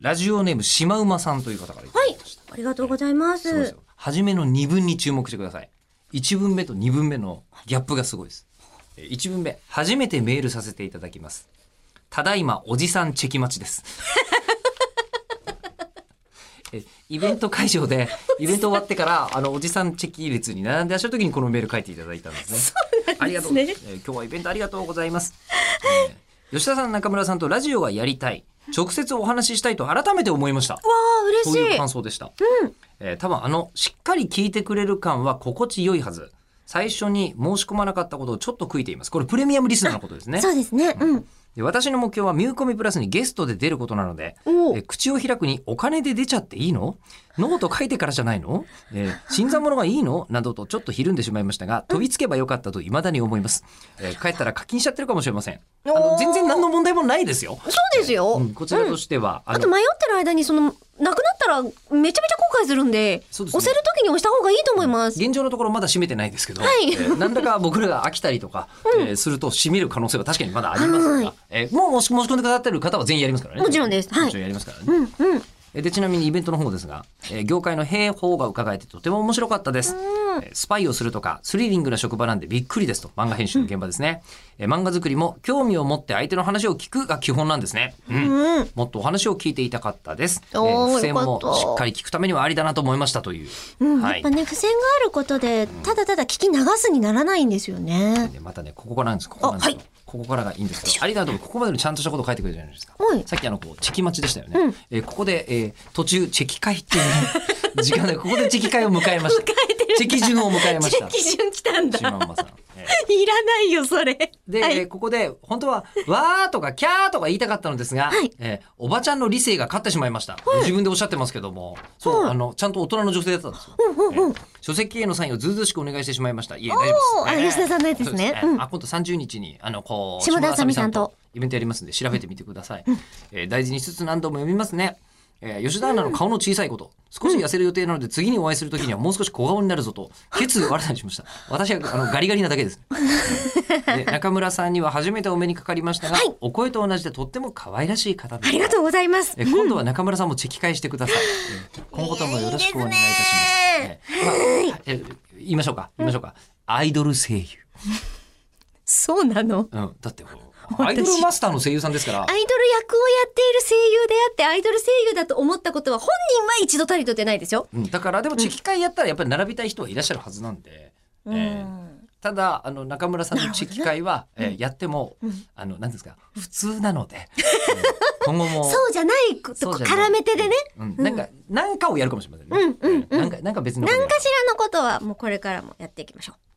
ラジオネームシマウマさんという方からいただきました、ありがとうございますごいですす。よ初めの2文に注目してください1文目と2文目のギャップがすごいですえー1文目初めてメールさせていただきますただいまおじさんチェキ待ちです えイベント会場でイベント終わってからあのおじさんチェキ列に並んでらっしゃる時にこのメール書いていただいたんですねありがとう、えー今日はイベントありがとうございます、えー吉田さん中村さんとラジオはやりたい直接お話ししたいと改めて思いましたわあ、そうい嬉うしい。感想でした。えー多分あの、しっかり聞いてくれる感は心地よいはず。最初に申し込まなかったことをちょっと悔いています。これプレミアムリスナーのことですね。そうですね。うん。で私の目標はミューコミプラスにゲストで出ることなので、おえーー口を開くにお金で出ちゃっていいのノート書いてからじゃないの、えー、新参者がいいのなどとちょっとひるんでしまいましたが、飛びつけばよかったと未だに思います。えー帰ったら課金しちゃってるかもしれません。あのおー全然何の問題もないですよ。そうですよ。うんこちらとしては、あと迷ってる間にその、なくなったらめちゃめちゃ後悔するんで、そうですね押せる時に押した方がいいと思います。現状のところまだ閉めてないですけど、はいえー何らか僕らが飽きたりとか、えーすると閉める可能性は確かにまだありますが、はいえーもう申し申し込んでくださってる方は全員やりますからね。もちろんですはもいちろんやりますからね。うん、うん。えーでちなみにイベントの方ですが、えー業界の兵法が伺えてとても面白かったです、えースパイをするとかスリリングな職場なんでびっくりですと漫画編集の現場ですね、えー漫画作りも興味を持って相手の話を聞くが基本なんですね、うんうん。もっとお話を聞いていたかったです、えおーー付箋よもかったしっかり聞くためにはありだなと思いましたという、うん、はやっいぱね、付箋があることで、ただただ聞き流すにならないんですよね。でまたねここからなんですここなんですよ、あはここからがいいんですけどありがとうここまでのちゃんとしたこと書いてくれるじゃないですかはい。さっきあのこうチェキ待ちでしたよね、えーここで、えー途中チェキ会っていうね時間でここでチェキ会を 迎えましたチェキ順を迎えました基準来たんだ。シマウマさん、えいらないよ、それ。ーで、えーここで本当は「わー」とか「キャー」とか言いたかったのですが、はいえーおばちゃんの理性が勝ってしまいました、自分でおっしゃってますけどもそう、はいあのちゃんと大人の女性だったんですよ、うんうんうん。書籍へのサインをずうずうしくお願いしてしまいました。いえ、大丈夫です。あええ吉田さんのやつですねそううんあ、今度30日に、あの、こう、島田あさみさんとイベントやりますんで、調べてみてください。えー大事にしつつ何度も読みますね。えー吉田アナの顔の小さいこと、少し痩せる予定なので、次にお会いするときにはもう少し小顔になるぞと、決意を新たにしました。私は、あの、ガリガリなだけです。 で中村さんには初めてお目にかかりましたが、はいお声と同じでとっても可愛らしい方であすりがとうございます。え今度は中村さんもチェキ返してく ださい。えー今後ともよろしくお願いいたします。えまあえ言いましょうか、言いましょうか。アイドル声優。そうなの。うん、だ って、アイドルマスターの声優さんですからア。イドル役をやっている声優であって、アイドル声優だと思ったことは本人は一度たりと出ないですよ。うん、だから、でもチェキ会やったら、やっぱり並びたい人はいらっしゃるはずなんで。えーうんただ、あの中村さんのチェキ会は、えーやっても、あの、なんですか、普通な ので。えー今後も。そうじゃないことそうじゃない絡めてでね、うん、なんか、なんかをやるかもしれませんね。うんうんうんなんか、なんか別のことや何る。かしらのことはもうこれからもやっていきましょう。